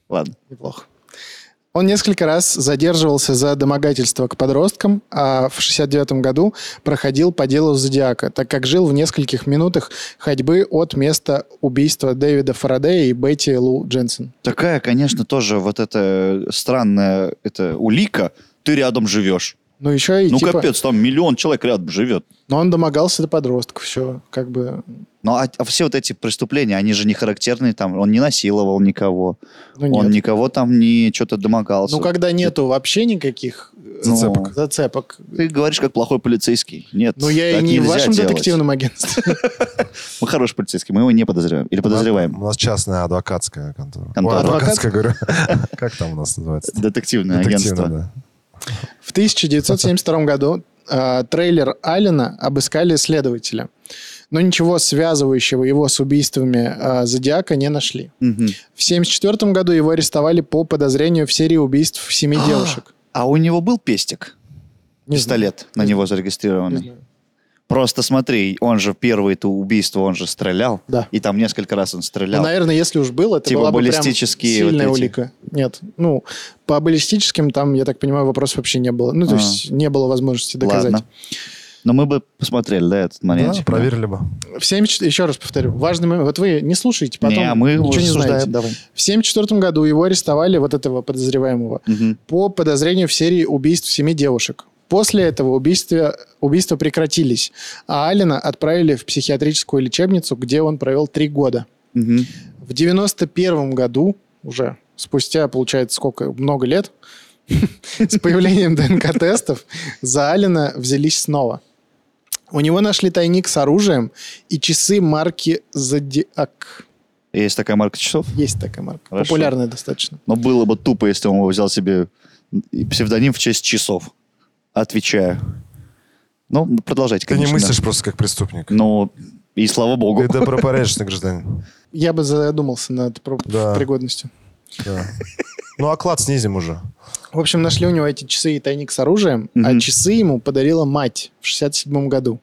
Speaker 1: Ладно.
Speaker 2: Неплохо. Он несколько раз задерживался за домогательство к подросткам, а в 69 году проходил по делу Зодиака, так как жил в нескольких минутах ходьбы от места убийства Дэвида Фарадея и Бетти Лу Дженсен.
Speaker 1: Такая, конечно, тоже вот эта э, странная это улика. Ты рядом живешь.
Speaker 2: Ну, еще и
Speaker 1: ну,
Speaker 2: типа...
Speaker 1: капец, там миллион человек рядом живет.
Speaker 2: Но он домогался до подростков, все, как бы...
Speaker 1: Ну, а, а все вот эти преступления, они же не характерные там. Он не насиловал никого.
Speaker 2: Ну,
Speaker 1: он
Speaker 2: нет.
Speaker 1: никого там не что-то домогался.
Speaker 2: Ну, когда нету вообще никаких э,
Speaker 1: Зацепок.
Speaker 2: зацепок.
Speaker 1: Ты говоришь, как плохой полицейский. Нет,
Speaker 2: Ну, я
Speaker 1: так
Speaker 2: и не в
Speaker 1: нельзя
Speaker 2: вашем
Speaker 1: делать.
Speaker 2: детективном агентстве.
Speaker 1: Мы хороший полицейский, мы его не подозреваем. Или подозреваем.
Speaker 3: У нас частная адвокатская контора.
Speaker 1: Контора.
Speaker 3: Ой, адвокатская, говорю. Как там у нас называется?
Speaker 1: Детективное
Speaker 3: Детективная,
Speaker 1: агентство.
Speaker 3: да.
Speaker 2: В 1972 году э, трейлер Аллена обыскали следователя. Но ничего связывающего его с убийствами э, Зодиака не нашли.
Speaker 1: Мгм.
Speaker 2: В 1974 году его арестовали по подозрению в серии убийств семи девушек.
Speaker 1: А у него был пестик?
Speaker 2: Не
Speaker 1: Пистолет на него зарегистрированный.
Speaker 2: знаю.
Speaker 1: Просто смотри, он же первый это убийство, он же стрелял.
Speaker 2: Да.
Speaker 1: И там несколько раз он
Speaker 2: Ну,
Speaker 1: стрелял.
Speaker 2: наверное, если уж был, это
Speaker 1: Типа
Speaker 2: была бы прям
Speaker 1: баллистические вот
Speaker 2: сильная
Speaker 1: эти.
Speaker 2: улика. Нет, ну, по баллистическим там, я так понимаю, вопросов вообще не было. Ну, то
Speaker 1: А.
Speaker 2: есть не было возможности доказать.
Speaker 1: Ладно. Но мы бы посмотрели, да, этот момент.
Speaker 3: Да, проверили бы.
Speaker 2: В 74... Еще раз повторю, важный момент. Вот вы не слушаете, потом
Speaker 1: Не, а мы
Speaker 2: ничего не
Speaker 1: рассуждаем,
Speaker 2: знаете.
Speaker 1: давай.
Speaker 2: В 1974 году его арестовали, вот этого подозреваемого,
Speaker 1: Мгм.
Speaker 2: по подозрению в серии убийств семи девушек. После этого убийства, убийства прекратились, а Алина отправили в психиатрическую лечебницу, где он провел три года.
Speaker 1: Мгм.
Speaker 2: В 91 году, уже спустя, получается, сколько, много лет, с появлением ДНК-тестов, за Алина взялись снова. У него нашли тайник с оружием и часы марки «Зодиак».
Speaker 1: Есть такая марка часов.
Speaker 2: Есть такая марка.
Speaker 1: Хорошо.
Speaker 2: Популярная достаточно.
Speaker 1: Но было бы тупо, если он взял себе псевдоним в честь часов. Отвечаю. Ну, продолжайте,
Speaker 3: Ты не
Speaker 1: конечно.
Speaker 3: мыслишь просто как преступник.
Speaker 1: Ну, и слава богу.
Speaker 3: Ты добропорядочный гражданин.
Speaker 2: Я бы задумался над про-
Speaker 3: Да.
Speaker 2: пригодностью.
Speaker 3: Да. Ну, оклад снизим уже.
Speaker 2: В общем, нашли у него эти часы и тайник с оружием, а
Speaker 1: Мгм.
Speaker 2: часы ему подарила мать в 67 году.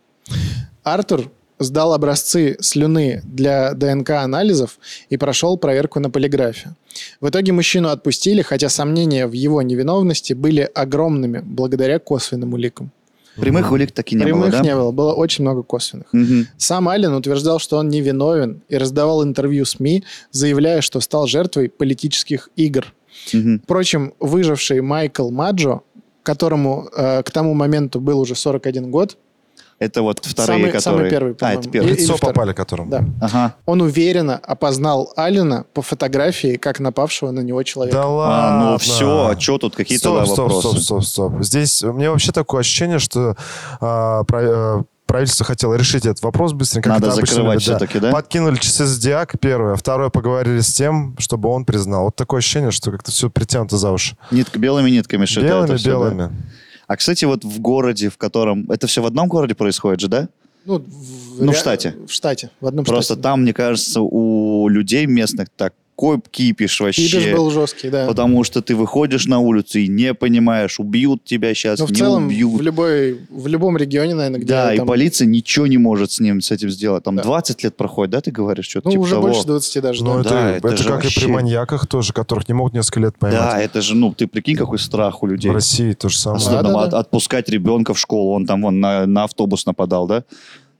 Speaker 2: Артур сдал образцы слюны для ДНК-анализов и прошел проверку на полиграфе. В итоге мужчину отпустили, хотя сомнения в его невиновности были огромными благодаря косвенным уликам.
Speaker 1: Прямых улик таки не было,
Speaker 2: Прямых
Speaker 1: да?
Speaker 2: не было, было очень много косвенных.
Speaker 1: Мгм.
Speaker 2: Сам Аллен утверждал, что он невиновен и раздавал интервью СМИ, заявляя, что стал жертвой политических игр.
Speaker 1: Мгм.
Speaker 2: Впрочем, выживший Майкл Маджо, которому э, к тому моменту был уже 41 год,
Speaker 1: Это вот вторые,
Speaker 2: Самый-
Speaker 1: которые...
Speaker 2: самый первый,
Speaker 1: а,
Speaker 2: по-моему.
Speaker 1: это
Speaker 2: Или-
Speaker 1: первый.
Speaker 3: Лицо
Speaker 2: или второй.
Speaker 3: попали которому.
Speaker 2: да,
Speaker 1: Ага.
Speaker 2: он уверенно опознал Алина по фотографии как напавшего на него человека.
Speaker 3: Да
Speaker 1: А,
Speaker 3: ладно.
Speaker 1: ну все, а что тут какие-то
Speaker 3: стоп,
Speaker 1: да,
Speaker 3: стоп,
Speaker 1: вопросы?
Speaker 3: стоп, стоп, стоп. Здесь у меня вообще такое ощущение, что а, про- э, правительство хотело решить этот вопрос быстренько. как
Speaker 1: Надо
Speaker 3: это обычно
Speaker 1: закрывать
Speaker 3: любят,
Speaker 1: всё-таки, да?
Speaker 3: Подкинули часы зодиак, первое. а Второе, поговорили с тем, чтобы он признал. Вот такое ощущение, что как-то все притянуто за уши.
Speaker 1: Нитка, белыми нитками шитая это
Speaker 3: белыми,
Speaker 1: А всё, да?
Speaker 3: белыми.
Speaker 1: А, кстати, вот в городе, в котором... Это все в одном городе происходит же, да?
Speaker 2: Ну, в,
Speaker 1: Ну, в
Speaker 2: ре-
Speaker 1: штате.
Speaker 2: В штате, в одном
Speaker 1: Просто
Speaker 2: штате.
Speaker 1: там, мне кажется, у людей местных такой кипиш вообще.
Speaker 2: Кипиш был жесткий, да.
Speaker 1: Потому что ты выходишь на улицу и не понимаешь, убьют тебя сейчас,
Speaker 2: Но Ну, в
Speaker 1: не
Speaker 2: целом
Speaker 1: убьют.
Speaker 2: в, любой, в любом регионе, наверное, где
Speaker 1: Да, и
Speaker 2: там-
Speaker 1: полиция ничего не может с ним, с этим сделать. Там
Speaker 2: Да.
Speaker 1: 20 лет проходит, да, ты говоришь? Что-то
Speaker 2: Ну,
Speaker 1: типа
Speaker 2: уже
Speaker 1: того.
Speaker 2: больше 20 даже,
Speaker 3: Ну,
Speaker 2: да.
Speaker 3: это,
Speaker 1: Да,
Speaker 3: это,
Speaker 1: это же
Speaker 3: как и
Speaker 1: вообще-
Speaker 3: при маньяках тоже, которых не могут несколько лет поймать.
Speaker 1: Да, это же, ну, ты прикинь, какой страх у людей.
Speaker 3: В России то же самое.
Speaker 1: Особенно
Speaker 2: Да-да-да.
Speaker 1: от- отпускать ребенка в школу, он там вон, на, на автобус нападал, да?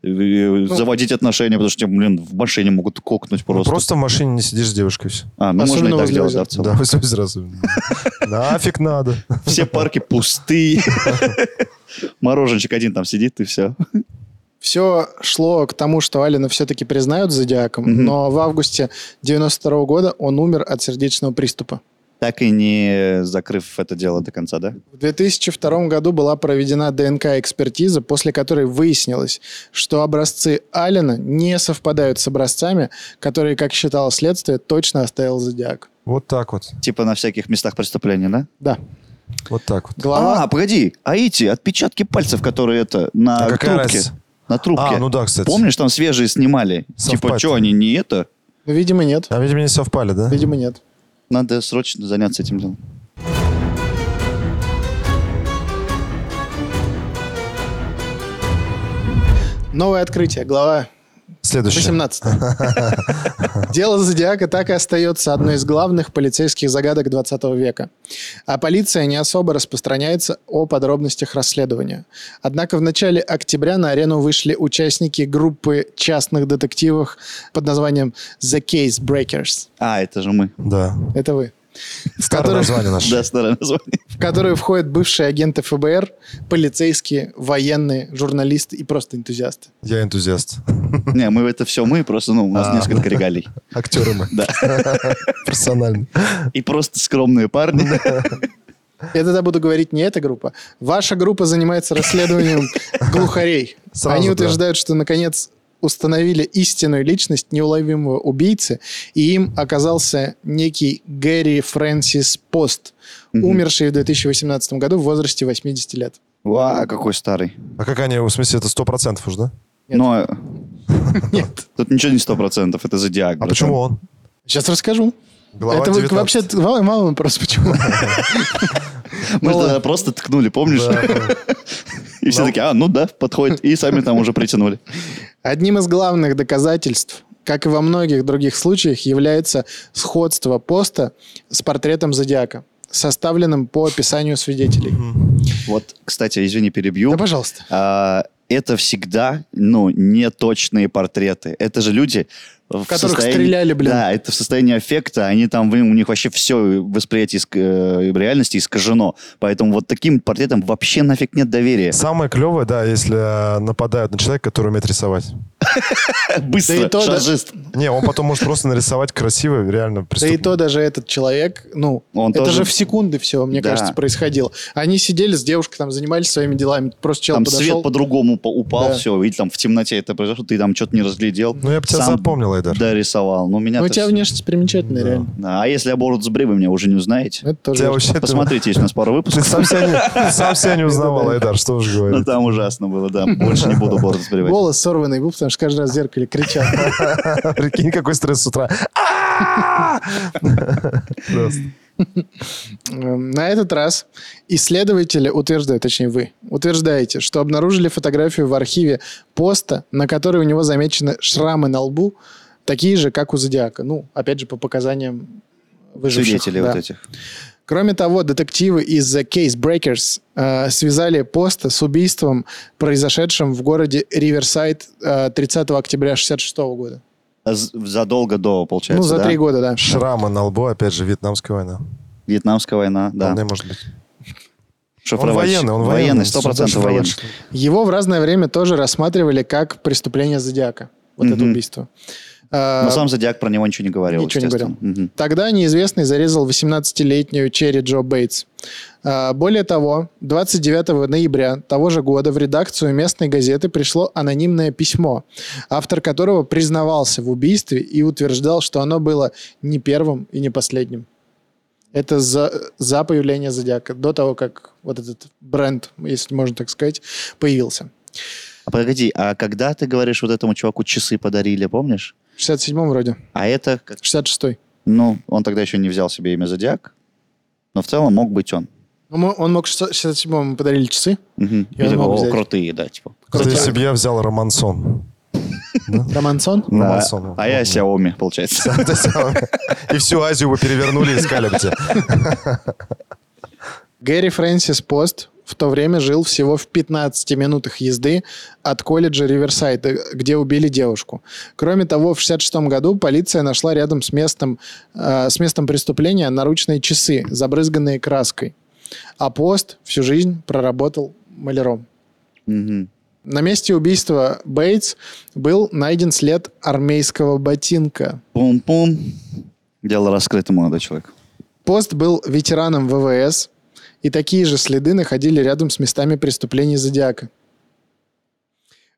Speaker 1: И,
Speaker 2: Ну,
Speaker 1: э, заводить отношения, потому что, тебе, блин, в машине могут кокнуть
Speaker 3: Ну,
Speaker 1: просто.
Speaker 3: просто в машине не сидишь с девушкой. Все.
Speaker 1: А, ну можно и
Speaker 2: Особенно
Speaker 1: так
Speaker 2: возле
Speaker 1: делать,
Speaker 2: озера.
Speaker 1: да, в целом.
Speaker 3: Да, вы сразу. Нафиг надо.
Speaker 1: Все парки пустые. Мороженчик один там сидит, и все.
Speaker 2: Все шло к тому, что Алина все-таки признают зодиаком,
Speaker 1: Мгм.
Speaker 2: но в августе 92 года он умер от сердечного приступа.
Speaker 1: Так и не закрыв это дело до конца, да?
Speaker 2: В 2002 году была проведена ДНК-экспертиза, после которой выяснилось, что образцы Алина не совпадают с образцами, которые, как считало следствие, точно оставил зодиак.
Speaker 3: Вот так вот.
Speaker 1: Типа на всяких местах преступления, да?
Speaker 2: Да.
Speaker 3: Вот так вот.
Speaker 2: Глава
Speaker 1: А, погоди, а эти отпечатки пальцев, которые это на
Speaker 3: А какая
Speaker 1: трубке,
Speaker 3: разница?
Speaker 1: на трубке.
Speaker 3: А, ну да, кстати.
Speaker 1: Помнишь, там свежие снимали? Типа,
Speaker 3: Совпать.
Speaker 1: что они не это?
Speaker 2: Ну, видимо, нет.
Speaker 3: Там, А, видимо, не совпали, да?
Speaker 2: Видимо, нет.
Speaker 1: Надо срочно заняться этим делом.
Speaker 2: Новое открытие. Глава
Speaker 3: Следующее.
Speaker 2: 18. Дело Зодиака так и остается одной из главных полицейских загадок 20 века. А полиция не особо распространяется о подробностях расследования. Однако в начале октября на арену вышли участники группы частных детективов под названием The Case Breakers.
Speaker 1: А, это же мы.
Speaker 3: Да.
Speaker 2: Это вы.
Speaker 3: Старое
Speaker 2: котором-
Speaker 3: название наше.
Speaker 1: Да, старое название.
Speaker 2: В которую входят бывшие агенты ФБР, полицейские, военные, журналисты и просто энтузиасты.
Speaker 3: Я энтузиаст.
Speaker 1: Не, мы это все мы, просто, ну, у
Speaker 3: А,
Speaker 1: нас несколько регалий.
Speaker 3: Актеры мы.
Speaker 1: Да.
Speaker 3: Персонально.
Speaker 1: И просто скромные парни.
Speaker 2: Я тогда буду говорить не эта группа. Ваша группа занимается расследованием глухарей.
Speaker 3: Сразу,
Speaker 2: Они
Speaker 3: да.
Speaker 2: утверждают, что наконец установили истинную личность неуловимого убийцы, и им оказался некий Гэри Фрэнсис Пост,
Speaker 1: Мгм.
Speaker 2: умерший в 2018 году в возрасте 80 лет.
Speaker 1: Ва, какой старый.
Speaker 3: А как они, в смысле, это 100% уже, да?
Speaker 2: Нет.
Speaker 1: Но
Speaker 2: Нет.
Speaker 1: тут ничего не сто процентов, это зодиак.
Speaker 3: А
Speaker 1: братан.
Speaker 3: почему он?
Speaker 2: Сейчас расскажу.
Speaker 3: Глава
Speaker 2: Это вы
Speaker 3: 19.
Speaker 2: вообще мало, мало вопрос почему.
Speaker 1: Мы
Speaker 2: Ну,
Speaker 1: тогда
Speaker 2: ладно.
Speaker 1: просто ткнули, помнишь?
Speaker 3: Да.
Speaker 1: И все таки а, ну да, подходит. И сами там уже притянули.
Speaker 2: Одним из главных доказательств, как и во многих других случаях, является сходство поста с портретом зодиака, составленным по описанию свидетелей.
Speaker 1: Вот, кстати, извини, перебью.
Speaker 2: Да, пожалуйста.
Speaker 1: А, это всегда, ну, неточные портреты. Это же люди... В
Speaker 2: которых
Speaker 1: состоянии-
Speaker 2: стреляли, блин.
Speaker 1: Да, это в состоянии аффекта. Они там, блин, у них вообще все восприятие иск- э, реальности искажено. Поэтому вот таким портретам вообще нафиг нет доверия.
Speaker 3: Самое клевое, да, если э, нападают на человека, который умеет рисовать.
Speaker 1: Быстро,
Speaker 2: Да и то, да.
Speaker 1: шаржист.
Speaker 3: Не, он потом может просто нарисовать красиво,
Speaker 2: Да
Speaker 3: реально
Speaker 2: и то
Speaker 3: преступно.
Speaker 2: даже этот человек, ну,
Speaker 1: Он
Speaker 2: это
Speaker 1: тоже-
Speaker 2: же в секунды все, мне
Speaker 1: Да.
Speaker 2: кажется, происходило. Они сидели с девушкой, там занимались своими делами, просто чел
Speaker 1: Там
Speaker 2: подошел.
Speaker 1: свет по-другому по- упал,
Speaker 2: Да.
Speaker 1: все, или там в темноте это произошло, ты там что-то не разглядел.
Speaker 3: Ну, я бы тебя
Speaker 1: Сам
Speaker 3: запомнил, Айдар.
Speaker 1: Дорисовал. Ну, меня
Speaker 2: Ну, у тебя внешность примечательная,
Speaker 3: Да.
Speaker 2: реально.
Speaker 1: А если оборот с бревом, меня уже не узнаете.
Speaker 2: Это тоже
Speaker 3: Тебя
Speaker 2: верно.
Speaker 3: вообще...
Speaker 1: Посмотрите, есть у нас пара
Speaker 3: Ты
Speaker 1: выпусков.
Speaker 3: сам себя не- сам себя не узнавал, Айдар, что уж
Speaker 1: Ну,
Speaker 3: говорить.
Speaker 1: там ужасно было, да. Больше не буду борт сбривать.
Speaker 2: Голос сорванный был, потому что каждый раз в зеркале кричал.
Speaker 3: Прикинь, какой стресс с утра. Просто.
Speaker 2: Эм, На этот раз исследователи утверждают, точнее вы, утверждаете, что обнаружили фотографию в архиве поста, на которой у него замечены шрамы на лбу, такие же, как у Зодиака. Ну, опять же, по показаниям выживших.
Speaker 1: Свидетелей
Speaker 2: да.
Speaker 1: вот этих.
Speaker 2: Кроме того, детективы из The Case Breakers э, связали поста с убийством, произошедшим в городе Риверсайд э, 30 октября 66 года.
Speaker 1: А з- Задолго до, получается,
Speaker 2: ну, за
Speaker 1: да?
Speaker 2: три года, да.
Speaker 3: Шрамы на лбу, опять же, вьетнамская война.
Speaker 1: Вьетнамская война, да.
Speaker 3: Вполне может быть. Он
Speaker 1: Шифровальщик.
Speaker 3: военный, он
Speaker 1: Военный,
Speaker 3: военный.
Speaker 1: сто процентов военный.
Speaker 3: шифровальщик.
Speaker 2: Его в разное время тоже рассматривали как преступление Зодиака. Вот это
Speaker 1: Мгм.
Speaker 2: убийство. А,
Speaker 1: Но сам Зодиак про него ничего не говорил,
Speaker 2: Ничего не
Speaker 1: естественно. Мгм.
Speaker 2: Тогда неизвестный зарезал 18-летнюю Черри Джо Бейтс. А, Более того, 29 ноября того же года в редакцию местной газеты пришло анонимное письмо, автор которого признавался в убийстве и утверждал, что оно было не первым и не последним. Это за, за появление Зодиака, до того, как вот этот бренд, если можно так сказать, появился.
Speaker 1: А погоди, а когда ты говоришь, вот этому чуваку часы подарили, помнишь?
Speaker 2: В 67-м вроде,
Speaker 1: А это, как-
Speaker 2: 66-й.
Speaker 1: ну, он тогда еще не взял себе имя Зодиак, но в целом мог быть он.
Speaker 2: Он мо- Ну, он мог в 67-м, ему подарили часы,
Speaker 1: Мгм. И
Speaker 2: он
Speaker 1: такой,
Speaker 2: мог
Speaker 1: «О,
Speaker 2: взять».
Speaker 1: крутые, да, типа.
Speaker 3: Это
Speaker 2: Крутяк.
Speaker 3: если бы я взял Романсон.
Speaker 2: Романсон.
Speaker 1: Да,
Speaker 3: Романсон.
Speaker 1: а я Xiaomi, получается.
Speaker 3: Это самое. И всю Азию бы перевернули и искали бы тебя.
Speaker 2: Гэри Фрэнсис Пост в то время жил всего в 15 минутах езды от колледжа Риверсайд, э, где убили девушку. Кроме того, в 1966 году полиция нашла рядом с местом, э, с местом преступления наручные часы, забрызганные краской. А Пост всю жизнь проработал маляром.
Speaker 1: Мгм.
Speaker 2: На месте убийства Бейтс был найден след армейского ботинка –
Speaker 1: Пум-пум. Дело раскрыто, молодой человек.
Speaker 2: Пост был ветераном ВВС, и такие же следы находили рядом с местами преступлений Зодиака.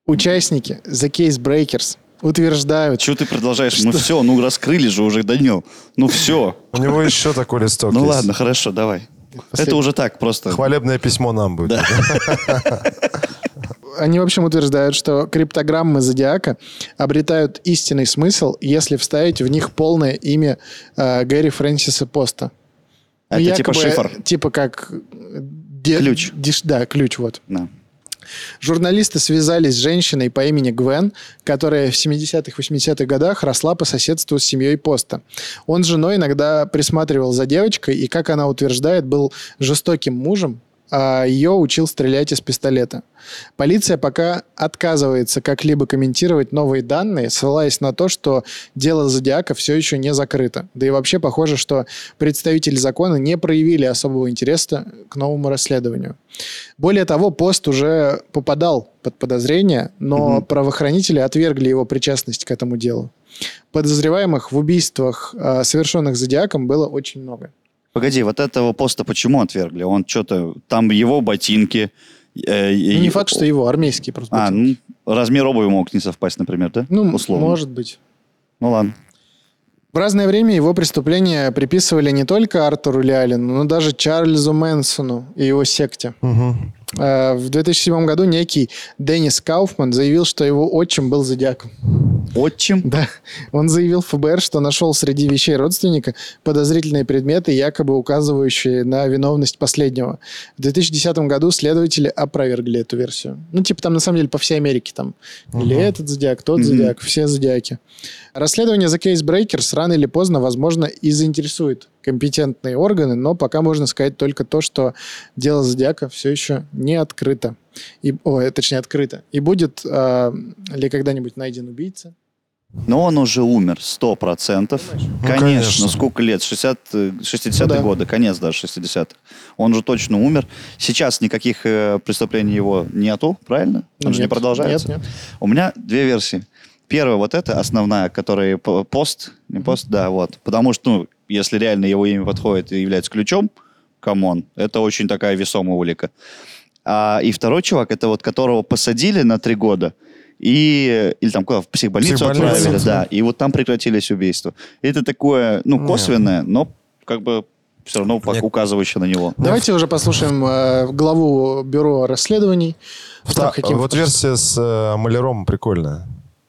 Speaker 2: Участники The Case Breakers утверждают,
Speaker 1: Чего ты продолжаешь? Ну все, ну раскрыли же уже, Данил. Ну все.
Speaker 3: У него еще такой листок
Speaker 1: Ну
Speaker 3: есть.
Speaker 1: ладно, хорошо, давай. Это уже так, просто.
Speaker 3: Хвалебное письмо нам будет.
Speaker 2: они, в общем, утверждают, что криптограммы Зодиака обретают истинный смысл, если вставить в них полное имя э, Гэри Фрэнсиса Поста.
Speaker 1: Это
Speaker 2: Ну,
Speaker 1: типа
Speaker 2: якобы,
Speaker 1: шифр.
Speaker 2: э, Типа как... э, де-
Speaker 1: Ключ.
Speaker 2: диш- да, ключ, вот.
Speaker 1: Да.
Speaker 2: Журналисты связались с женщиной по имени Гвен, которая в 70-х, 80-х годах росла по соседству с семьей Поста. Он с женой иногда присматривал за девочкой и, как она утверждает, был жестоким мужем, а ее учил стрелять из пистолета. Полиция пока отказывается как-либо комментировать новые данные, ссылаясь на то, что дело Зодиака все еще не закрыто. Да и вообще похоже, что представители закона не проявили особого интереса к новому расследованию. Более того, пост уже попадал под подозрение, но правоохранители отвергли его причастность к этому делу. Подозреваемых в убийствах, э, совершенных Зодиаком, было очень много.
Speaker 1: Погоди, вот этого поста почему отвергли? Он что-то... Там его ботинки... э,
Speaker 2: Ну,
Speaker 1: и-
Speaker 2: не факт, что его армейский просто.
Speaker 1: А,
Speaker 2: был.
Speaker 1: ну, размер обуви мог не совпасть, например, да?
Speaker 2: ну,
Speaker 1: Условно.
Speaker 2: может быть.
Speaker 1: Ну ладно.
Speaker 2: В разное время его преступления приписывали не только Артуру Лялину, но даже Чарльзу Мэнсону и его секте.
Speaker 3: Мгм.
Speaker 2: Э, В 2007 году некий Деннис Кауфман заявил, что его отчим был зодиаком.
Speaker 1: Отчим?
Speaker 2: Да. Он заявил в ФБР, что нашел среди вещей родственника подозрительные предметы, якобы указывающие на виновность последнего. В 2010 году следователи опровергли эту версию. Ну, типа там, на самом деле, по всей Америке там. Или этот зодиак, тот
Speaker 1: Мгм.
Speaker 2: зодиак, все зодиаки. Расследование The Case Breakers рано или поздно, возможно, и заинтересует компетентные органы, но пока можно сказать только то, что дело зодиака все еще не открыто. И, ой, точнее, открыто. И будет э, ли когда-нибудь найден убийца?
Speaker 1: Но он уже умер, сто процентов.
Speaker 3: Ну,
Speaker 1: Конечно,
Speaker 3: конечно.
Speaker 1: сколько лет? 60, э, 60-е
Speaker 2: Ну да.
Speaker 1: годы, конец даже 60-х. Он же точно умер. Сейчас никаких э, преступлений его нету, правильно? Он
Speaker 2: Ну,
Speaker 1: же не
Speaker 2: нет.
Speaker 1: продолжается.
Speaker 2: Нет, нет.
Speaker 1: У меня две версии. Первая вот эта основная, которая п- пост, не пост, да, вот. Потому что, ну, если реально его имя подходит и является ключом, камон, это очень такая весомая улика. А, и второй чувак, это вот которого посадили на три года, и, или там куда, в психбольницу,
Speaker 3: Психбольницу,
Speaker 1: отправили,
Speaker 3: да.
Speaker 1: да, и вот там прекратились убийства. Это такое, ну,
Speaker 3: Нет.
Speaker 1: косвенное, но как бы все равно пок-
Speaker 3: Мне- Ну,
Speaker 1: указывающее на него.
Speaker 2: Давайте уже послушаем э, главу бюро расследований.
Speaker 3: Та-
Speaker 2: Там каким-
Speaker 3: вот версия с э, маляром прикольная.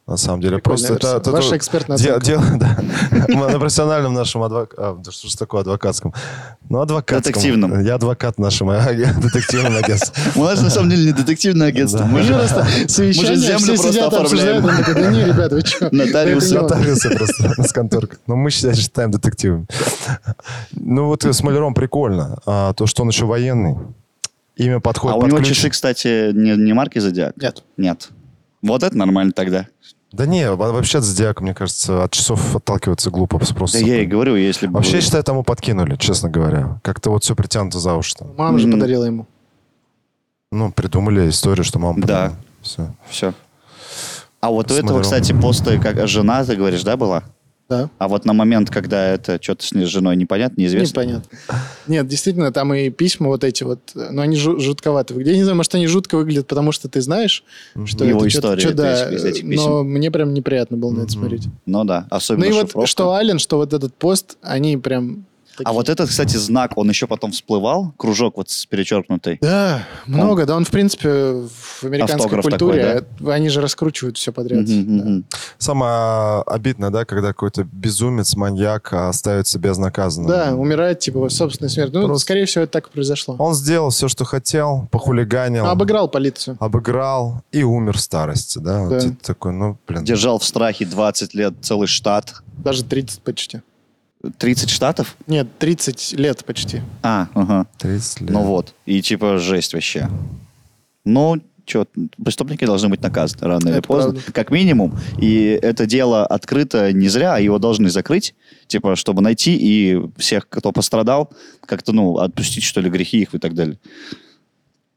Speaker 3: На самом деле,
Speaker 2: Прикольная
Speaker 3: просто это,
Speaker 2: версия.
Speaker 3: это-
Speaker 2: Ваша
Speaker 3: это-
Speaker 2: экспертная
Speaker 3: де-
Speaker 2: оценка.
Speaker 3: дело, да. Мы на профессиональном нашем адвокатском... что ж такое адвокатском? Ну, адвокатском.
Speaker 1: Детективном.
Speaker 3: Я адвокат нашим а, я детективном агентстве.
Speaker 1: У нас на самом деле не детективное агентство.
Speaker 3: Да.
Speaker 1: Мы же просто
Speaker 2: Совещание,
Speaker 1: землю
Speaker 2: все
Speaker 1: просто
Speaker 2: сидят,
Speaker 1: оформляем.
Speaker 2: обсуждают, он такой, да не, ребята, вы что?
Speaker 1: Нотариусы.
Speaker 3: Нотариусы просто с конторкой. Но мы себя считаем детективами. Ну, вот с маляром прикольно. а, То, что он еще военный. Имя подходит
Speaker 1: А у
Speaker 3: под
Speaker 1: него
Speaker 3: ключ.
Speaker 1: часы, кстати, не, не марки Зодиак?
Speaker 2: Нет.
Speaker 1: Нет. Вот это нормально тогда.
Speaker 3: Да не, во- вообще от зодиака, мне кажется, от часов отталкиваться глупо просто.
Speaker 1: Да я и говорю, если бы...
Speaker 3: Вообще, я считаю, тому подкинули, честно говоря. Как-то вот все притянуто за уши. там.
Speaker 2: Мама же
Speaker 1: Мгм.
Speaker 2: подарила ему.
Speaker 3: Ну, придумали историю, что мама
Speaker 1: Да.
Speaker 3: Все.
Speaker 1: Все. А вот у этого,
Speaker 3: Смотрю.
Speaker 1: кстати, поста, как жена, ты говоришь, да, была?
Speaker 2: Да.
Speaker 1: А вот на момент, когда это что-то с ней- с женой непонятно, неизвестно.
Speaker 2: Непонятно. Нет, действительно, там и письма вот эти вот, но они жу- жутковаты. Я не знаю, может, они жутко выглядят, потому что ты знаешь, что
Speaker 1: Его
Speaker 2: это чё-то-
Speaker 1: история,
Speaker 2: чё-
Speaker 1: то
Speaker 2: да,
Speaker 1: есть, из этих писем.
Speaker 2: но мне прям неприятно было на это смотреть.
Speaker 1: Ну да,
Speaker 2: Ну
Speaker 1: особенно
Speaker 2: и вот
Speaker 1: шифровка.
Speaker 2: что Ален, что вот этот пост, они прям...
Speaker 1: А
Speaker 2: такие.
Speaker 1: вот этот, кстати, знак, он еще потом всплывал, кружок вот с перечеркнутой.
Speaker 2: Да, много, да, он, в принципе, в американской
Speaker 1: Автограф
Speaker 2: культуре, э, они же раскручивают все подряд.
Speaker 1: Мгм,
Speaker 2: Да.
Speaker 1: мгм.
Speaker 3: Самое а, обидное, да, когда какой-то безумец, маньяк а, оставит себя безнаказанным.
Speaker 2: Да, умирает, типа, собственной смертью. Ну,
Speaker 3: Просто-
Speaker 2: скорее всего, это так и произошло.
Speaker 3: Он сделал все, что хотел, похулиганил,
Speaker 2: А Обыграл полицию.
Speaker 3: обыграл и умер в старости, да. Вот
Speaker 2: Да.
Speaker 3: это такой, ну, блин.
Speaker 1: Держал в страхе 20 лет целый штат.
Speaker 2: Даже 30 почти.
Speaker 1: 30 штатов?
Speaker 2: Нет, 30 лет почти.
Speaker 1: А, ага.
Speaker 3: 30 лет.
Speaker 1: Ну вот. И типа жесть вообще. Ну, что, преступники должны быть наказаны рано или
Speaker 2: Это
Speaker 1: поздно,
Speaker 2: правда.
Speaker 1: как минимум. И это дело открыто не зря, а его должны закрыть, типа, чтобы найти и всех, кто пострадал, как-то, ну, отпустить, что ли, грехи их и так далее.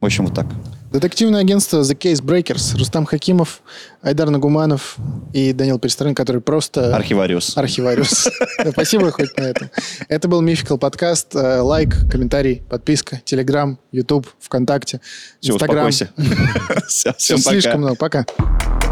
Speaker 1: В общем, вот так.
Speaker 2: Детективное агентство The Case Breakers. Рустам Хакимов, Айдар Нагуманов и Данил Перестрын, который просто...
Speaker 1: Архивариус.
Speaker 2: Архивариус. Да, Спасибо хоть на этом. Это был Мификал подкаст. Э, Лайк, комментарий, подписка, Телеграм, Ютуб, ВКонтакте,
Speaker 1: Все,
Speaker 2: Инстаграм.
Speaker 1: успокойся. Всё, Всем
Speaker 2: Всё
Speaker 1: пока.
Speaker 2: Слишком много. Пока.